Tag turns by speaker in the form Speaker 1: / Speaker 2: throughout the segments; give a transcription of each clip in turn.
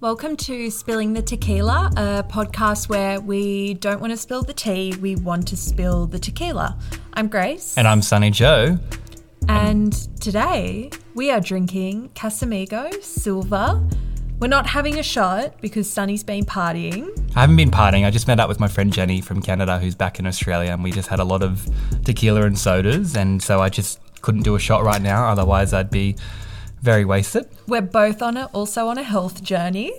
Speaker 1: Welcome to Spilling the Tequila, a podcast where we don't want to spill the tea, we want to spill the tequila. I'm Grace,
Speaker 2: And I'm Sunny Joe.
Speaker 1: and today we are drinking Casamigo Silver. We're not having a shot because Sunny's been partying.
Speaker 2: I haven't been partying. I just met up with my friend Jenny from Canada, who's back in Australia, and we just had a lot of tequila and sodas. And so I just couldn't do a shot right now, otherwise, I'd be very wasted.
Speaker 1: We're both on a, also on a health journey,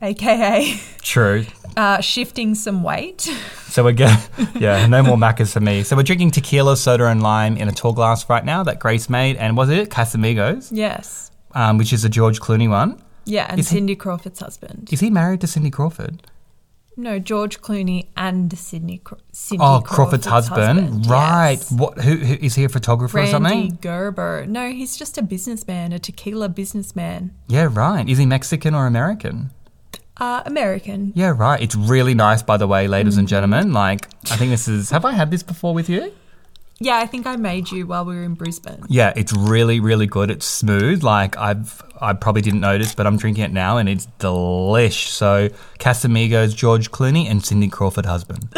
Speaker 1: aka
Speaker 2: True.
Speaker 1: uh, shifting some weight.
Speaker 2: So we're going yeah, no more macas for me. So we're drinking tequila, soda, and lime in a tall glass right now that Grace made. And was it Casamigos,
Speaker 1: yes.
Speaker 2: um, which is a George Clooney one?
Speaker 1: Yeah, and
Speaker 2: Is he-
Speaker 1: Cindy Crawford's husband.
Speaker 2: Is he married to Cindy Crawford?
Speaker 1: No, George Clooney and Sydney. Cro- Cindy
Speaker 2: Oh, Crawford's, husband. Right.
Speaker 1: yes.
Speaker 2: What? Who, who is he a photographer
Speaker 1: Randy
Speaker 2: or something?
Speaker 1: Gerber. No, he's just a businessman, a tequila businessman.
Speaker 2: Yeah, right. Is he Mexican or American?
Speaker 1: Uh, American.
Speaker 2: Yeah, right. It's really nice, by the way, ladies and gentlemen. Like, I think this is. Have I had this before with you?
Speaker 1: Yeah, I think I made you while we were in Brisbane.
Speaker 2: Yeah, it's really, really good. It's smooth. Like, I've I probably didn't notice, but I'm drinking it now, and it's delish. So, Casamigos, George Clooney, and Cindy Crawford husband.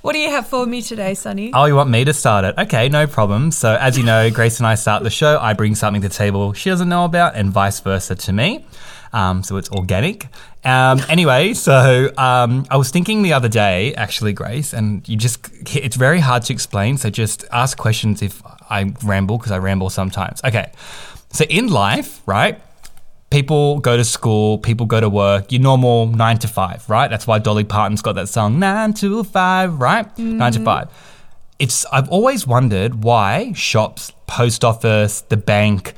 Speaker 1: What do you have for me today, Sonny?
Speaker 2: Oh, you want me to start it? Okay, no problem. So, as you know, Grace and I start the show. I bring something to the table she doesn't know about, and vice versa to me. Um, so it's organic. Um, anyway, so um, I was thinking the other day, actually, Grace, and you just—it's very hard to explain. So just ask questions if I ramble because I ramble sometimes. Okay, so in life, right? people go to school, people go to work, your normal nine to five, right? That's why Dolly Parton's got that song, nine to five, right? Nine to five. It's, I've always wondered why shops, post office, the bank,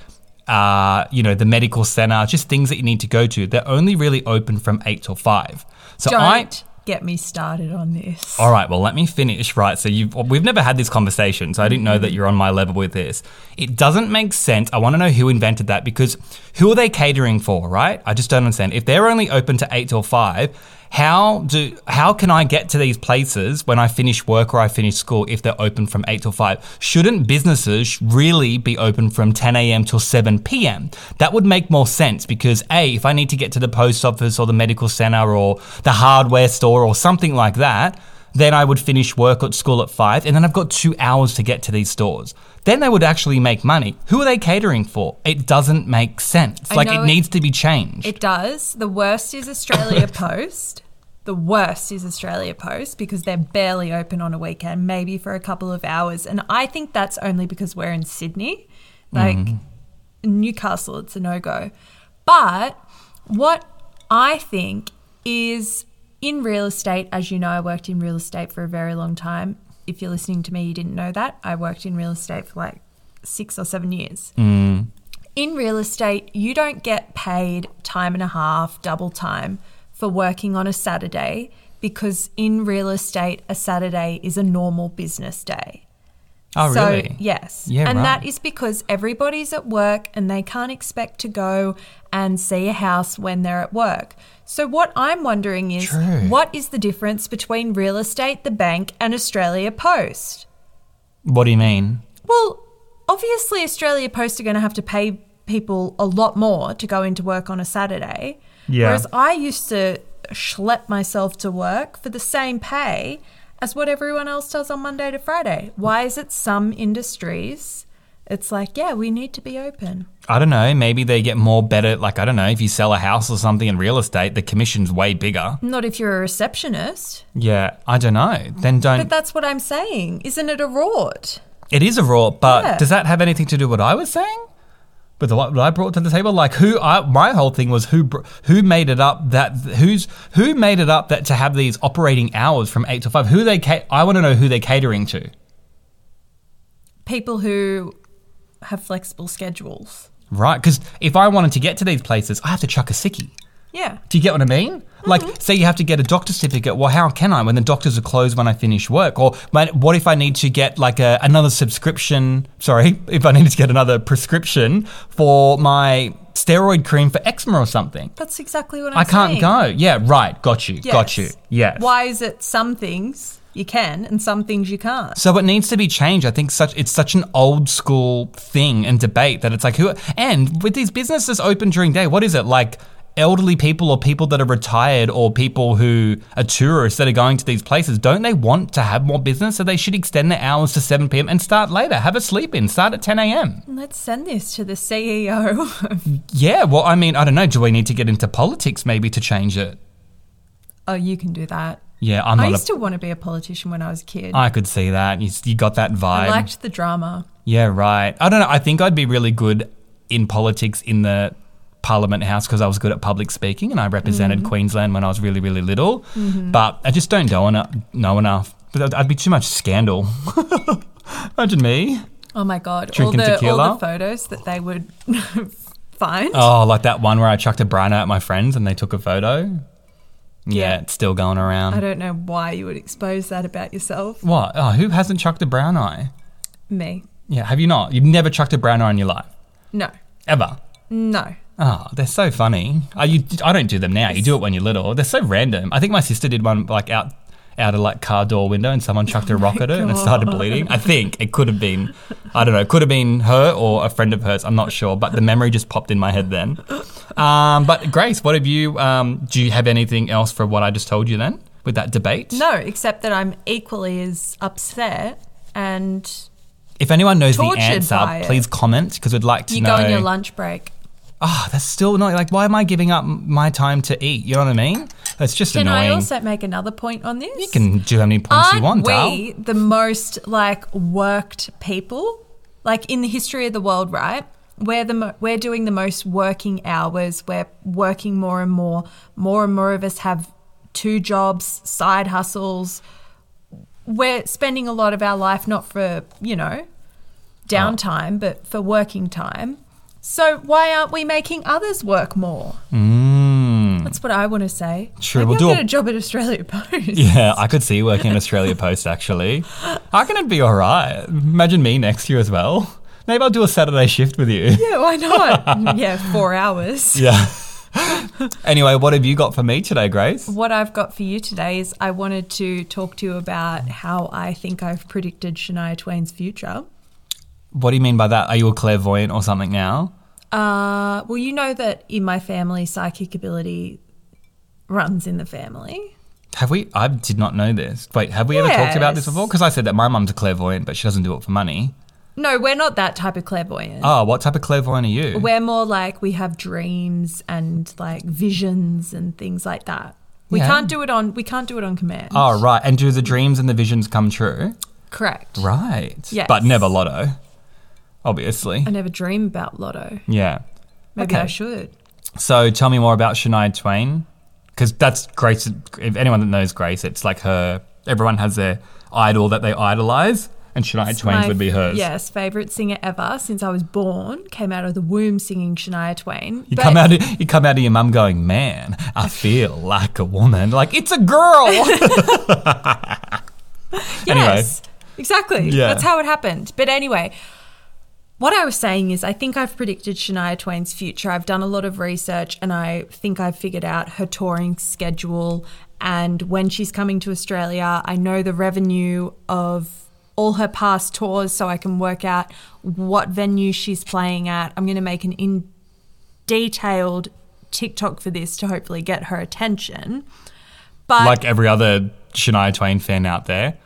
Speaker 2: uh, you know, the medical center, just things that you need to go to, they're only really open from eight till five. So
Speaker 1: Don't
Speaker 2: I,
Speaker 1: get me started on this.
Speaker 2: all right, well, let me finish. Right, so you've, we've never had this conversation, so I didn't know that you're on my level with this. It doesn't make sense. I want to know who invented that because who are they catering for, right? I just don't understand. If they're only open to eight till five, how do how can I get to these places when I finish work or I finish school if they're open from eight till five? Shouldn't businesses really be open from 10 a.m. till 7 p.m.? That would make more sense because a if I need to get to the post office or the medical center or the hardware store or something like that then I would finish work at school at five, and then I've got two hours to get to these stores. Then they would actually make money. Who are they catering for? It doesn't make sense.
Speaker 1: I
Speaker 2: like
Speaker 1: know
Speaker 2: it
Speaker 1: it-
Speaker 2: needs to be changed.
Speaker 1: It does. The worst is Australia Post. The worst is Australia Post because they're barely open on a weekend, maybe for a couple of hours. And I think that's only because we're in Sydney. Like in Newcastle, it's a no go. But what I think is in real estate, as you know, I worked in real estate for a very long time. If you're listening to me, you didn't know that. I worked in real estate for like six or seven years in real estate, you don't get paid time and a half, double time for working on a Saturday because in real estate, a Saturday is a normal business day.
Speaker 2: oh,
Speaker 1: so,
Speaker 2: really?
Speaker 1: yes.
Speaker 2: Yeah,
Speaker 1: and
Speaker 2: right.
Speaker 1: that is because everybody's at work and they can't expect to go and see a house when they're at work. So, what I'm wondering is
Speaker 2: True.
Speaker 1: what is the difference between real estate, the bank, and Australia Post?
Speaker 2: What do you mean?
Speaker 1: Well, obviously, Australia Post are going to have to pay people a lot more to go into work on a Saturday.
Speaker 2: Yeah.
Speaker 1: Whereas I used to schlep myself to work for the same pay as what everyone else does on Monday to Friday. Why is it some industries? It's like, yeah, we need to be open.
Speaker 2: I don't know. Maybe they get more better. Like I don't know if you sell a house or something in real estate, the commission's way bigger.
Speaker 1: Not if you're a receptionist.
Speaker 2: Yeah, I don't know. Then
Speaker 1: But
Speaker 2: don't.
Speaker 1: that's what I'm saying. Isn't it a rort?
Speaker 2: It is a raw, but
Speaker 1: Yeah.
Speaker 2: does that have anything to do with what I was saying? With what what I brought to the table? Like who? I, my whole thing was who br- who made it up that who's who made it up that to have these operating hours from eight to five? Who they? Ca- I want to know who they're catering to.
Speaker 1: People who have flexible schedules.
Speaker 2: Right, because if I wanted to get to these places, I have to chuck a sickie.
Speaker 1: Yeah.
Speaker 2: Do you get what I mean? Like, say you have to get a doctor's certificate. Well, how can I when the doctors are closed when I finish work? Or my, what if I need to get like a, another subscription? Sorry, if I need to get another prescription for my steroid cream for eczema or something.
Speaker 1: That's exactly what I'm
Speaker 2: I
Speaker 1: saying.
Speaker 2: can't go. Yeah, right. Got you. Got you.
Speaker 1: Yes.
Speaker 2: Yes.
Speaker 1: Why is it some things you can, and some things you can't.
Speaker 2: So it needs to be changed. I think such it's such an old school thing and debate that it's like who and with these businesses open during day, what is it like? Elderly people or people that are retired or people who are tourists that are going to these places, don't they want to have more business? So they should extend their hours to 7 p.m. and start later. Have a sleep in, start at 10 a.m.
Speaker 1: Let's send this to the CEO of
Speaker 2: Yeah, well, I mean, I don't know. Do we need to get into politics maybe to change it?
Speaker 1: Oh, you can do that.
Speaker 2: Yeah, I'm
Speaker 1: I
Speaker 2: not.
Speaker 1: used
Speaker 2: A,
Speaker 1: to want to be a politician when I was a kid. I,
Speaker 2: I could see that. You, you got that vibe.
Speaker 1: liked the drama.
Speaker 2: yeah, right. I don't know. I think I'd be really good in politics in the Parliament House because I was good at public speaking and I represented Queensland when I was really, really little. But I just don't know enough. Know enough. But I'd- I'd be too much scandal. Imagine me.
Speaker 1: Oh my god! All
Speaker 2: Drinking
Speaker 1: the all
Speaker 2: tequila?
Speaker 1: the photos that they would find.
Speaker 2: Oh, like that one where I chucked a brino at my friends and they took a photo. Yeah, it's still going
Speaker 1: I
Speaker 2: around.
Speaker 1: don't know why you would expose that about yourself.
Speaker 2: What? Oh, who hasn't chucked a brown eye?
Speaker 1: Me?
Speaker 2: Yeah, have you not? You've never chucked a brown eye in your life,
Speaker 1: No,
Speaker 2: ever.
Speaker 1: no.
Speaker 2: Oh, they're so funny. I, you, I don't do them now. You do it when you're little. They're so random. I think my sister did one like out out a like car door window, and someone chucked
Speaker 1: Oh
Speaker 2: a rock at it, and it started bleeding. I think it could have been, I don't know, it could have been her or a friend of hers. I'm not sure, but the memory just popped in my head then. Um, but Grace, what have you? Um, do you have anything else for what I just told you then with that debate?
Speaker 1: No, except that I'm equally as upset. And
Speaker 2: If anyone knows the
Speaker 1: Tortured by
Speaker 2: answer,
Speaker 1: it.
Speaker 2: please comment because we'd like to
Speaker 1: you
Speaker 2: know.
Speaker 1: go on your lunch break.
Speaker 2: oh, that's still not like, why am I giving up m- my time to eat? You know what I mean? That's just
Speaker 1: Can
Speaker 2: annoying.
Speaker 1: I also make another point on this?
Speaker 2: you can do how many points
Speaker 1: Aren't
Speaker 2: you want, Dal.
Speaker 1: we the most like worked people? Like in the history of the world, right? We're the mo- we're doing the most working hours. We're working more and more. More and more of us have two jobs, side hustles. We're spending a lot of our life not for you know downtime, but for working time. So why aren't we making others work more? That's what I want to say.
Speaker 2: Mm. Sure,
Speaker 1: Maybe
Speaker 2: we'll
Speaker 1: I'll
Speaker 2: do a-
Speaker 1: get a job at Australia Post.
Speaker 2: Yeah, I could see you working in Australia Post actually. I can it be all right? Imagine me next year as well. Maybe I'll do a Saturday shift with you.
Speaker 1: Yeah, why not? yeah, four hours.
Speaker 2: Yeah. anyway, what have you got for me today, Grace?
Speaker 1: What I've got for you today is I wanted to talk to you about how I think I've predicted Shania Twain's future.
Speaker 2: What do you mean by that? Are you a clairvoyant or something now?
Speaker 1: Uh, well, you know that in my family, psychic ability runs in the family.
Speaker 2: Have we? I did not know this. Wait, have we ever talked about this
Speaker 1: Yes.
Speaker 2: before? Because I said that my mum's a clairvoyant, but she doesn't do it for money.
Speaker 1: No, we're not that type of clairvoyant.
Speaker 2: Oh, what type of clairvoyant are you?
Speaker 1: we're more like we have dreams and like visions and things like that. We
Speaker 2: Yeah.
Speaker 1: can't do it on we can't do it on command.
Speaker 2: Oh, right. And do the dreams and the visions come true?
Speaker 1: Correct.
Speaker 2: Right.
Speaker 1: Yes. Um,
Speaker 2: But never lotto, obviously.
Speaker 1: I never dream about lotto.
Speaker 2: Yeah.
Speaker 1: Maybe I
Speaker 2: Okay.
Speaker 1: should.
Speaker 2: So tell me more about Shania Twain. Because that's Grace. If anyone that knows Grace, it's like her, everyone has their idol that they idolize. And Shania Twain's
Speaker 1: my-
Speaker 2: would be hers.
Speaker 1: Yes, favorite singer ever since I was born. Came out of the womb singing Shania Twain.
Speaker 2: You come out, of, you come out of your mum going, man, I feel like a woman. Like it's a girl. anyway.
Speaker 1: Yes, exactly.
Speaker 2: Yeah.
Speaker 1: That's how it happened. But anyway, what I was saying is, I think I've predicted Shania Twain's future. I've done a lot of research, and I think I've figured out her touring schedule and when she's coming to Australia. I know the revenue of all her past tours, so I can work out what venue she's playing at. I'm going to make an in detailed TikTok for this to hopefully get her attention. But
Speaker 2: like every other Shania Twain fan out there.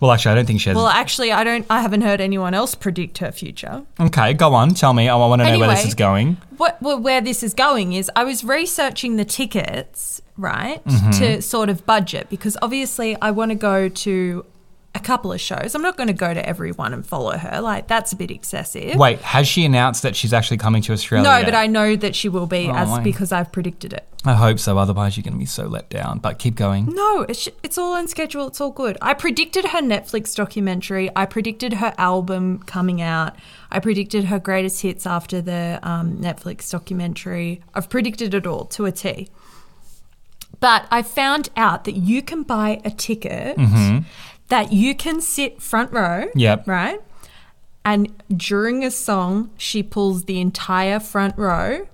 Speaker 2: Well, actually, I don't think she has.
Speaker 1: Well, actually, I don't. I haven't heard anyone else predict her future.
Speaker 2: okay, go on. Tell me. I want to know where this
Speaker 1: Anyway.
Speaker 2: is going.
Speaker 1: What, well, where this is going is, I was researching the tickets, right, to sort of budget because obviously I want to go to a couple of shows. I'm not going to go to everyone and follow her. Like that's a bit excessive.
Speaker 2: Wait, has she announced that she's actually coming to Australia?
Speaker 1: no,
Speaker 2: yet?
Speaker 1: but I know that she will be as
Speaker 2: my.
Speaker 1: because I've predicted it.
Speaker 2: I hope so. Otherwise, you're going to be so let down. But keep going.
Speaker 1: No, it's it's all on schedule. It's all good. I predicted her Netflix documentary. I predicted her album coming out. I predicted her greatest hits after the um, Netflix documentary. I've predicted it all to a T. But I found out that you can buy a ticket that you can sit front row.
Speaker 2: Yep.
Speaker 1: Right. And during a song, she pulls the entire front row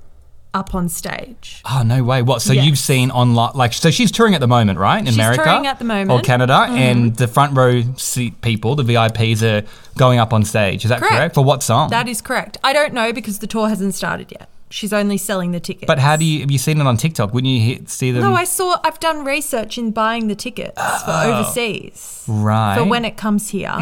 Speaker 1: up on stage.
Speaker 2: Oh no way! What? So
Speaker 1: Yes.
Speaker 2: you've seen online? Like, so she's touring at the moment, right? In
Speaker 1: She's
Speaker 2: America,
Speaker 1: touring at the moment. Mm-hmm.
Speaker 2: or Canada, and the front row seat people, the VIPs, are going up on stage. Is that correct?
Speaker 1: Correct.
Speaker 2: For what song?
Speaker 1: That is correct. I don't know because the tour hasn't started yet. She's only selling the tickets.
Speaker 2: but how do you have you seen it on TikTok? Wouldn't you he- see them?
Speaker 1: No, I saw. I've done research in buying the tickets for overseas
Speaker 2: right. Mm-hmm.
Speaker 1: for when it comes here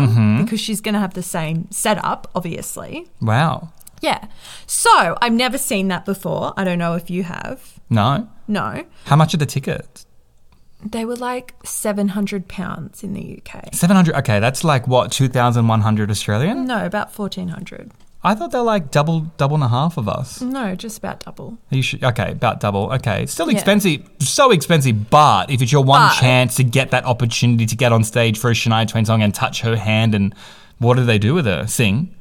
Speaker 1: because she's going to have the same setup, obviously.
Speaker 2: wow.
Speaker 1: Yeah. So I've never seen that before. I don't know if you have.
Speaker 2: No.
Speaker 1: No,
Speaker 2: How much are the tickets?
Speaker 1: they were like seven hundred pounds in the UK.
Speaker 2: Seven hundred. Okay, that's like what two thousand one hundred Australian.
Speaker 1: No, about fourteen hundred.
Speaker 2: I thought they're like double, double and a half of us.
Speaker 1: No, just about double.
Speaker 2: You should, okay, about double. Okay, it's still
Speaker 1: Yeah.
Speaker 2: expensive, so expensive. But if it's your one
Speaker 1: But-
Speaker 2: chance to get that opportunity to get on stage for a Shania Twain song and touch her hand, and what do they do with her? Sing?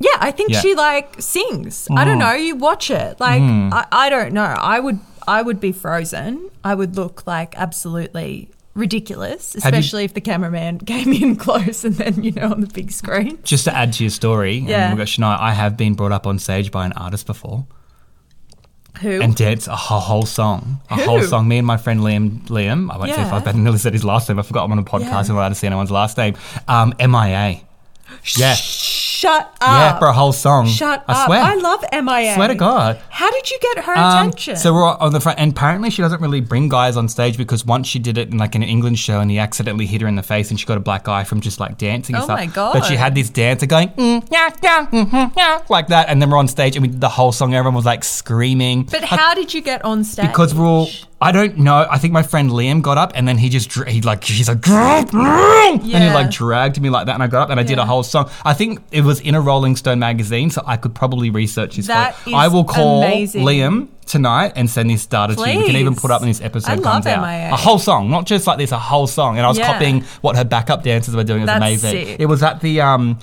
Speaker 1: Yeah, I think
Speaker 2: Yeah. Mm.
Speaker 1: she like sings. I don't know. You watch it. Like I, I don't know. I would I would be frozen. I would look like absolutely ridiculous,
Speaker 2: you-
Speaker 1: especially if the cameraman came in close and then you know on the big screen.
Speaker 2: Just to add to your story,
Speaker 1: Yeah.
Speaker 2: and we've got Shania. I have been brought up on stage by an artist before
Speaker 1: Who?
Speaker 2: and danced a whole, whole song, a
Speaker 1: Who?
Speaker 2: whole song. Me and my friend Liam, Liam. I won't say if
Speaker 1: Yeah.
Speaker 2: I've been- nearly said his last name. I forgot I'm on a podcast.
Speaker 1: Yeah.
Speaker 2: I'm not allowed to say anyone's last name. Um, MIA. Yeah,
Speaker 1: Shut up.
Speaker 2: yeah, for a whole song.
Speaker 1: Ah. Shut
Speaker 2: I
Speaker 1: up.
Speaker 2: swear.
Speaker 1: I love MIA.
Speaker 2: Swear to God.
Speaker 1: How did you get her
Speaker 2: Um,
Speaker 1: attention?
Speaker 2: so we're on the front, and apparently she doesn't really bring guys on stage because once she did it in like an England show, and he accidentally hit her in the face, and she got a black eye from just like dancing. and
Speaker 1: Oh
Speaker 2: stuff.
Speaker 1: my God.
Speaker 2: But she had this dancer going mm, yeah, yeah, mm, mm, yeah, like that, and then we're on stage, and we did the whole song. Everyone was like screaming
Speaker 1: but how did you get on stage?
Speaker 2: uh, because we're all. I don't know. I think my friend Liam got up, and then he just dr- he like he's like and he
Speaker 1: Yeah.
Speaker 2: like dragged me like that, and I got up and I did a
Speaker 1: Yeah.
Speaker 2: whole song. I think it was in a Rolling Stone magazine, so I could probably research this.
Speaker 1: That
Speaker 2: for you. I
Speaker 1: is
Speaker 2: will call
Speaker 1: amazing.
Speaker 2: Liam tonight and send this data to you. We can even
Speaker 1: Please.
Speaker 2: put up when this episode
Speaker 1: I love
Speaker 2: comes out
Speaker 1: MIA.
Speaker 2: a whole song, not just like this, a whole song. And I was
Speaker 1: Yeah.
Speaker 2: copying what her backup dancers were doing. It was
Speaker 1: That's
Speaker 2: amazing.
Speaker 1: sick.
Speaker 2: It was at the um.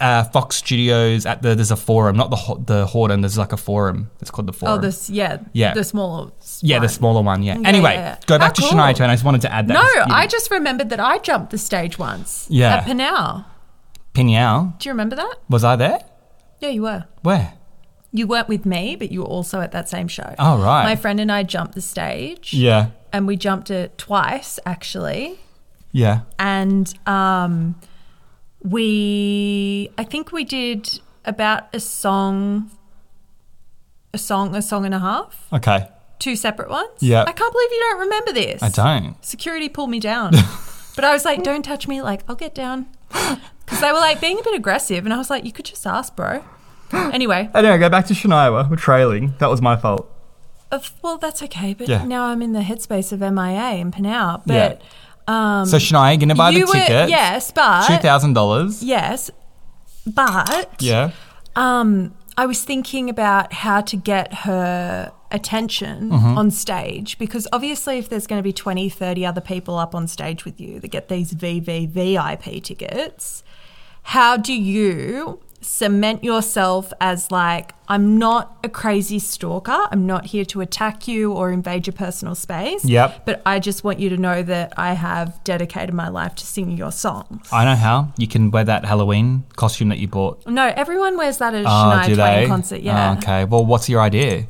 Speaker 2: Uh, Fox Studios at the there's a forum, not the ho- the Horden. There's like a forum. It's called the forum.
Speaker 1: Oh, this yeah,
Speaker 2: Yeah.
Speaker 1: the smaller.
Speaker 2: Yeah, the
Speaker 1: one.
Speaker 2: smaller one. Yeah. anyway,
Speaker 1: yeah, yeah.
Speaker 2: go back
Speaker 1: How
Speaker 2: to
Speaker 1: cool.
Speaker 2: Shania Twain. I just wanted to add that.
Speaker 1: No,
Speaker 2: You-
Speaker 1: I just remembered that I jumped the stage once.
Speaker 2: Yeah.
Speaker 1: At Panau.
Speaker 2: Pinyao.
Speaker 1: Do you remember that?
Speaker 2: Was I there?
Speaker 1: Yeah, you were.
Speaker 2: Where?
Speaker 1: You weren't with me, but you were also at that same show.
Speaker 2: Oh, right.
Speaker 1: My friend and I jumped the stage.
Speaker 2: Yeah.
Speaker 1: And we jumped it twice, actually.
Speaker 2: Yeah.
Speaker 1: And um, we, I think we did about a song, a song, a song and a half,
Speaker 2: Okay.
Speaker 1: two separate ones.
Speaker 2: Yeah.
Speaker 1: I can't believe you don't remember this.
Speaker 2: I don't.
Speaker 1: security pulled me down. but I was like, don't touch me. Like, I'll get down. Because they were like being a bit aggressive. And I was like, you could just ask, bro. Anyway,
Speaker 2: Anyway, go back to Shania. We're trailing. That was my fault.
Speaker 1: uh, well, that's okay. But
Speaker 2: Yeah.
Speaker 1: now I'm in the headspace of MIA in Panau.
Speaker 2: Yeah.
Speaker 1: But um,
Speaker 2: So Shania, gonna buy the
Speaker 1: you were,
Speaker 2: ticket.
Speaker 1: yes, but,
Speaker 2: Two thousand dollars.
Speaker 1: yes, but
Speaker 2: Yeah.
Speaker 1: um, I was thinking about how to get her attention
Speaker 2: Mm-hmm.
Speaker 1: on stage because obviously if there's going to be 20 30 other people up on stage with you that get these VVVIP tickets how do you cement yourself as like I'm not a crazy stalker I'm not here to attack you or invade your personal space
Speaker 2: Yep.
Speaker 1: but I just want you to know that I have dedicated my life to singing your songs
Speaker 2: I know how. You can wear that Halloween costume that you bought.
Speaker 1: no everyone wears that at a
Speaker 2: Oh,
Speaker 1: Shania
Speaker 2: do
Speaker 1: Twain
Speaker 2: they?
Speaker 1: concert
Speaker 2: Oh,
Speaker 1: yeah
Speaker 2: okay. Well, what's your idea?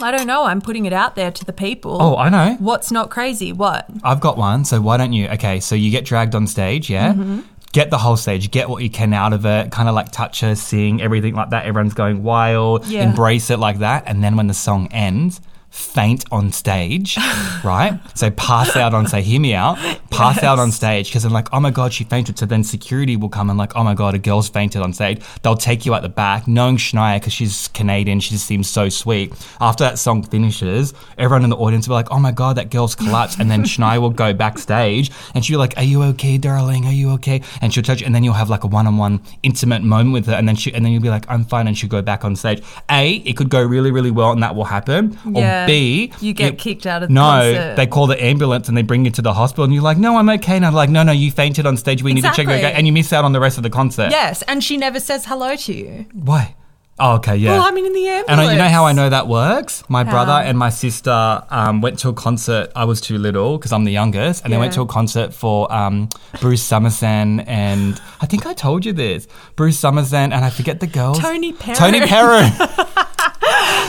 Speaker 1: I don't know. I'm putting it out there to the people.
Speaker 2: Oh, I know.
Speaker 1: What's not crazy? What?
Speaker 2: I've got one, so why don't you? Okay, so you get dragged on stage, yeah? Get the whole stage, get what you can out of it, kind of like touch her, sing, everything like that. Everyone's going wild,
Speaker 1: Yeah.
Speaker 2: embrace it like that. And then when the song ends, faint on stage, right? So pass out on stage, hear me out, pass out on stage because I'm like, oh my God, she fainted. So then security will come and, like, oh my God, a girl's fainted on stage. They'll take you out the back, knowing Shania because she's Canadian, she just seems so sweet. After that song finishes, everyone in the audience will be like, oh my God, that girl's collapsed. And then Shania will go backstage and she'll be like, are you okay, darling? Are you okay? And she'll touch you, and then you'll have like a one on one intimate moment with her. And then she, and then you'll be like, I'm fine. And she'll go back on stage. A, it could go really, really well and that will happen. Or
Speaker 1: Yeah.
Speaker 2: B,
Speaker 1: You get
Speaker 2: it-
Speaker 1: kicked out of the
Speaker 2: no,
Speaker 1: concert.
Speaker 2: they call the ambulance and they bring you to the hospital, and you're like, "No, I'm okay." And I'm like, "No, no, you fainted on stage. We need to check you out,"
Speaker 1: Exactly.
Speaker 2: and you miss out on the rest of the concert.
Speaker 1: Yes, and she never says hello to you.
Speaker 2: Why? Oh, okay, yeah.
Speaker 1: Well, I mean, in the ambulance.
Speaker 2: And I, you know how I know that works? My brother
Speaker 1: How?
Speaker 2: and my sister um, went to a concert. I was too little because I'm the youngest, and they went
Speaker 1: Yeah.
Speaker 2: to a concert for um, Bruce Summerson and I think I told you this Bruce Summerson and I forget the girls.
Speaker 1: Tony Perrott.
Speaker 2: Tony Perrin.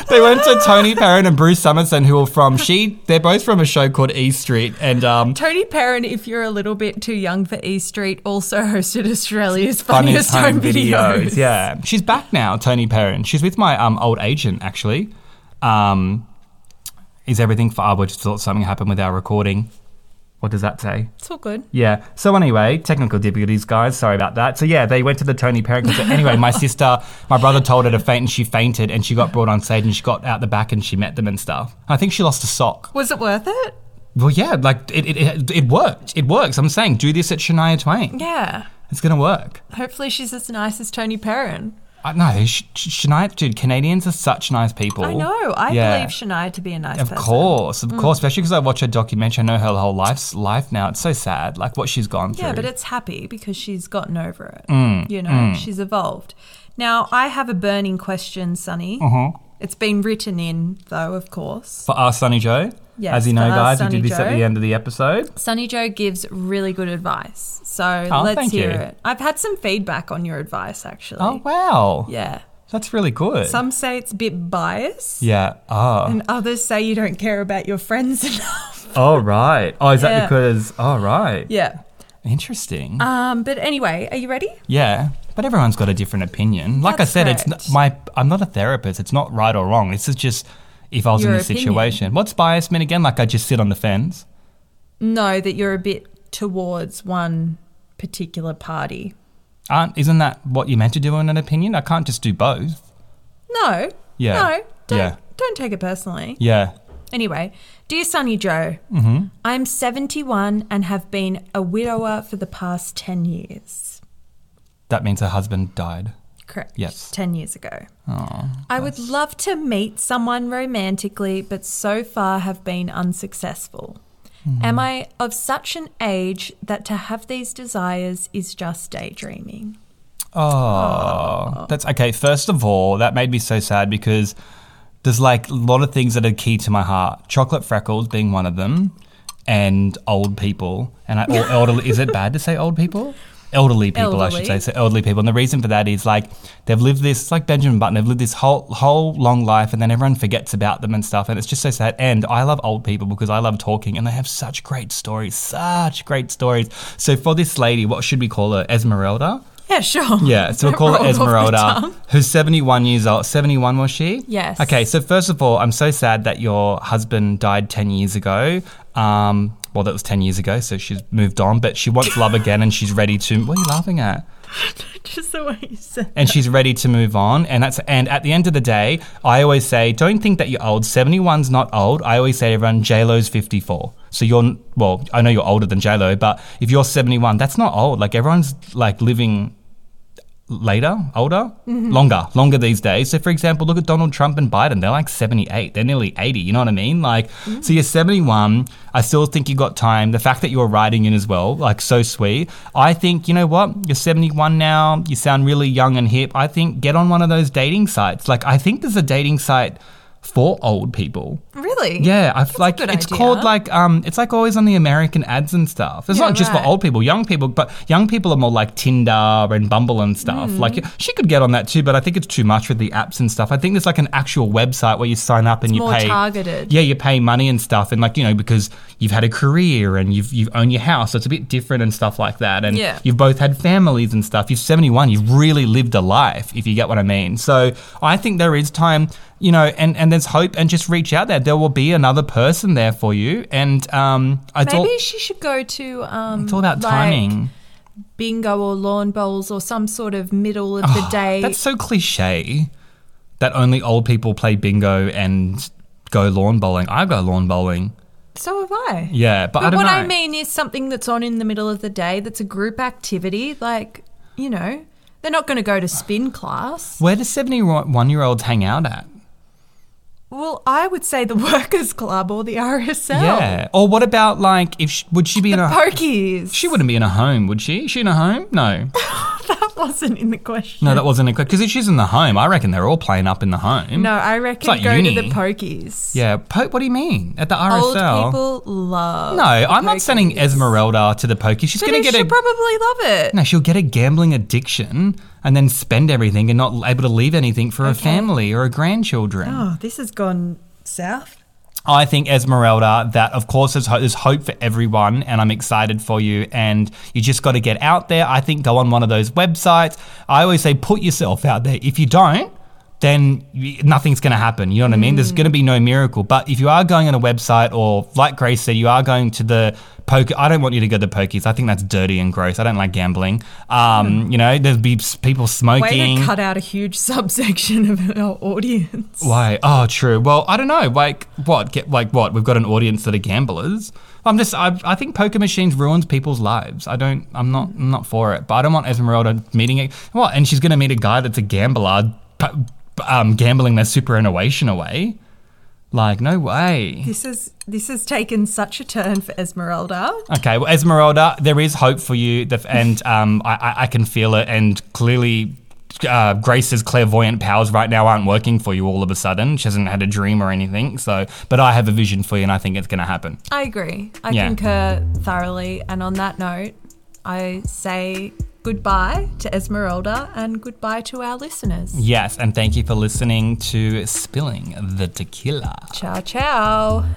Speaker 2: they went to Tony Perrin and Bruce Summerson, who are from she. They're both from a show called E Street, and um,
Speaker 1: Tony Perrin, if you're a little bit too young for E Street, also hosted Australia's funniest, home videos.
Speaker 2: Yeah, she's back now, Tony Perrin. She's with my um, old agent actually. Um, is everything for? I just thought something happened with our recording. What does that say?
Speaker 1: It's all good.
Speaker 2: Yeah. So anyway, technical difficulties, guys. Sorry about that. So yeah, they went to the Tony Parent concert. Anyway, my sister, my brother told her to faint, and she fainted, and she got brought on stage, and she got out the back, and she met them and stuff. I think she lost a sock.
Speaker 1: Was it worth it?
Speaker 2: Well, yeah, like it, it, it, it worked. It works. I'm saying, do this at Shania Twain.
Speaker 1: Yeah.
Speaker 2: It's gonna work.
Speaker 1: Hopefully she's as nice as Tony Perrin.
Speaker 2: I no, Sh- Sh- Shania, dude, Canadians are such nice people.
Speaker 1: I know. I
Speaker 2: Yeah.
Speaker 1: believe Shania Mm. to be a nice
Speaker 2: Of
Speaker 1: person.
Speaker 2: course, of course, especially because I watch her documentary. I know her whole life's life now. It's so sad, like what she's gone through.
Speaker 1: Yeah, but it's happy because she's gotten over it.
Speaker 2: Mm,
Speaker 1: you know, she's evolved. Now, I have a burning question, Sonny.
Speaker 2: Uh-huh.
Speaker 1: It's been written in, though, of course.
Speaker 2: for our Sunny Joe.
Speaker 1: Yes,
Speaker 2: As you know,
Speaker 1: for our
Speaker 2: guys, we
Speaker 1: Sunny
Speaker 2: did this at
Speaker 1: Joe.
Speaker 2: the end of the episode.
Speaker 1: Sunny Joe gives really good advice. So
Speaker 2: Oh,
Speaker 1: let's
Speaker 2: thank
Speaker 1: hear
Speaker 2: you.
Speaker 1: it. I've had some feedback on your advice, actually.
Speaker 2: Oh, wow.
Speaker 1: Yeah.
Speaker 2: That's really good.
Speaker 1: Some say it's a bit biased,
Speaker 2: yeah. Oh.
Speaker 1: and others say you don't care about your friends enough.
Speaker 2: oh, right. Oh, is that
Speaker 1: Yeah.
Speaker 2: because. Oh, right.
Speaker 1: yeah.
Speaker 2: Interesting.
Speaker 1: Um, but anyway, are you ready?
Speaker 2: yeah. But everyone's got a different opinion. Like I
Speaker 1: That's
Speaker 2: said, it's
Speaker 1: correct.
Speaker 2: n- my. I'm not a therapist. It's not right or wrong. This is just if I was in
Speaker 1: Your
Speaker 2: this
Speaker 1: opinion.
Speaker 2: situation. What's bias mean again? Like I just sit on the fence.
Speaker 1: No, that you're a bit towards one particular party.
Speaker 2: Aren't, isn't that what you're meant to do in an opinion? I can't just do both.
Speaker 1: No.
Speaker 2: Yeah.
Speaker 1: No. Don't,
Speaker 2: Yeah.
Speaker 1: don't take it personally.
Speaker 2: Yeah.
Speaker 1: Anyway, dear Sonny Joe,
Speaker 2: Mm-hmm.
Speaker 1: I'm 71 and have been a widower for the past 10 years.
Speaker 2: That means her husband died.
Speaker 1: Correct.
Speaker 2: Yes.
Speaker 1: 10 years ago.
Speaker 2: Oh.
Speaker 1: I would love to meet someone romantically, but so far have been unsuccessful.
Speaker 2: Mm-hmm.
Speaker 1: Am I of such an age that to have these desires is just daydreaming?
Speaker 2: Oh, that's okay. First of all, that made me so sad because there's like a lot of things that are key to my heart. Chocolate freckles being one of them, and old people, and I, or elderly. is it bad to say old people? Elderly people, I should say.
Speaker 1: Elderly.
Speaker 2: So elderly people, and the reason for that is like they've lived this, like Benjamin Button, they've lived this whole whole long life, and then everyone forgets about them and stuff, and it's just so sad. And I love old people because I love talking, and they have such great stories, such great stories. So for this lady, what should we call her? Esmeralda.
Speaker 1: Yeah, sure.
Speaker 2: Yeah, so we'll
Speaker 1: That
Speaker 2: call her
Speaker 1: rolled off the
Speaker 2: Esmeralda,
Speaker 1: tongue.
Speaker 2: who's 71 years old. 71 was she?
Speaker 1: Yes.
Speaker 2: Okay, so first of all, I'm so sad that your husband died 10 years ago. Um, well, that was 10 years ago, so she's moved on, but she wants love again and she's ready to. What are you laughing at?
Speaker 1: Just the way you said
Speaker 2: and she's ready to move on. And that's and at the end of the day, I always say, don't think that you're old. 71's not old. I always say to everyone, JLo's 54. So you're well, I know you're older than JLo, but if you're 71, that's not old. Like everyone's like living later, older, longer, longer these days. So for example, look at Donald Trump and Biden. They're like 78. They're nearly 80. You know what I mean? Like so you're 71. I still think you got time. The fact that you were writing in as well, like so sweet. I think, you know what? You're 71 now. You sound really young and hip. I think get on one of those dating sites. Like I think there's a dating site for old people.
Speaker 1: Really?
Speaker 2: Yeah, I
Speaker 1: a
Speaker 2: like
Speaker 1: good
Speaker 2: it's
Speaker 1: idea.
Speaker 2: called like um, it's like always on the American ads and stuff. It's
Speaker 1: Yeah,
Speaker 2: not just
Speaker 1: right.
Speaker 2: for old people, young people, but young people are more like Tinder and Bumble and stuff.
Speaker 1: Hmm.
Speaker 2: Like she could get on that too, but I think it's too much with the apps and stuff. I think there's like an actual website where you sign up and you
Speaker 1: more
Speaker 2: pay
Speaker 1: targeted.
Speaker 2: Yeah, you pay money and stuff, and like you know because you've had a career and you've you've owned your house, so it's a bit different and stuff like that. And
Speaker 1: Yeah.
Speaker 2: you've both had families and stuff. You're 71. You've really lived a life, if you get what I mean. So I think there is time, you know, and, and there's hope, and just reach out there. There will be another person there for you. And um, it's,
Speaker 1: Maybe
Speaker 2: all,
Speaker 1: she should go to um,
Speaker 2: it's all about
Speaker 1: like,
Speaker 2: timing.
Speaker 1: bingo or lawn bowls or some sort of middle of the day.
Speaker 2: Oh, That's so cliche that only old people play bingo and go lawn bowling. I go lawn bowling.
Speaker 1: so have I.
Speaker 2: Yeah, but, I
Speaker 1: But
Speaker 2: don't
Speaker 1: what
Speaker 2: know.
Speaker 1: I mean is something that's on in the middle of the day that's a group activity. Like, you know, they're not going to go to spin class.
Speaker 2: Where do 71 year olds hang out at?
Speaker 1: Well, I would say the Workers' Club or the RSL.
Speaker 2: Yeah. Or what about like if she, would she be in a
Speaker 1: Pokies.
Speaker 2: she wouldn't be in a home, would she? Is she in a home? No.
Speaker 1: that wasn't in the question.
Speaker 2: No, that wasn't a because if she's in the home, I reckon they're all playing up in the home.
Speaker 1: No, I reckon
Speaker 2: like
Speaker 1: go
Speaker 2: uni.
Speaker 1: to the pokies.
Speaker 2: Yeah, po- what do you mean? At the
Speaker 1: Old
Speaker 2: RSL?
Speaker 1: people love.
Speaker 2: no, I'm not sending
Speaker 1: pokies.
Speaker 2: Esmeralda to the pokey. She's
Speaker 1: But
Speaker 2: going to get
Speaker 1: she'll
Speaker 2: a
Speaker 1: probably love it.
Speaker 2: no. She'll get a gambling addiction and then spend everything and not able to leave anything for her family or her grandchildren.
Speaker 1: Oh, this has gone south.
Speaker 2: I think Esmeralda that of course there's, ho- there's hope for everyone and I'm excited for you and you just got to get out there. I think go on one of those websites. I always say put yourself out there. If you don't, then y- nothing's going to happen. You know what I mean? There's
Speaker 1: Mm.
Speaker 2: going to be no miracle. But if you are going on a website or like Grace said, you are going to the poker. I don't want you to go to the pokies. I think that's dirty and gross. I don't like gambling. Um, you know, there'd be s- people
Speaker 1: Hmm. Way
Speaker 2: smoking.
Speaker 1: to cut out a huge subsection of our audience.
Speaker 2: Why? Oh, true. Well, I don't know. Like what? Get like what? We've got an audience that are gamblers. I'm just. I, I think poker machines ruins people's lives. I don't. I'm not. I'm not for it. But I don't want Esmeralda meeting it. What? And she's gonna meet a guy that's a gambler, p- p- um, gambling their superannuation away. Like no way.
Speaker 1: This is this has taken such a turn for Esmeralda.
Speaker 2: Okay, well, Esmeralda, there is hope for you, The- and um, I, I, I can feel it. And clearly, uh, Grace's clairvoyant powers right now aren't working for you. All of a sudden, she hasn't had a dream or anything. So, but I have a vision for you, and I think it's going to happen.
Speaker 1: I agree. I
Speaker 2: Yeah.
Speaker 1: concur thoroughly. And on that note, I say goodbye to Esmeralda and goodbye to our listeners.
Speaker 2: Yes, and thank you for listening to Spilling the Tequila.
Speaker 1: Ciao, ciao.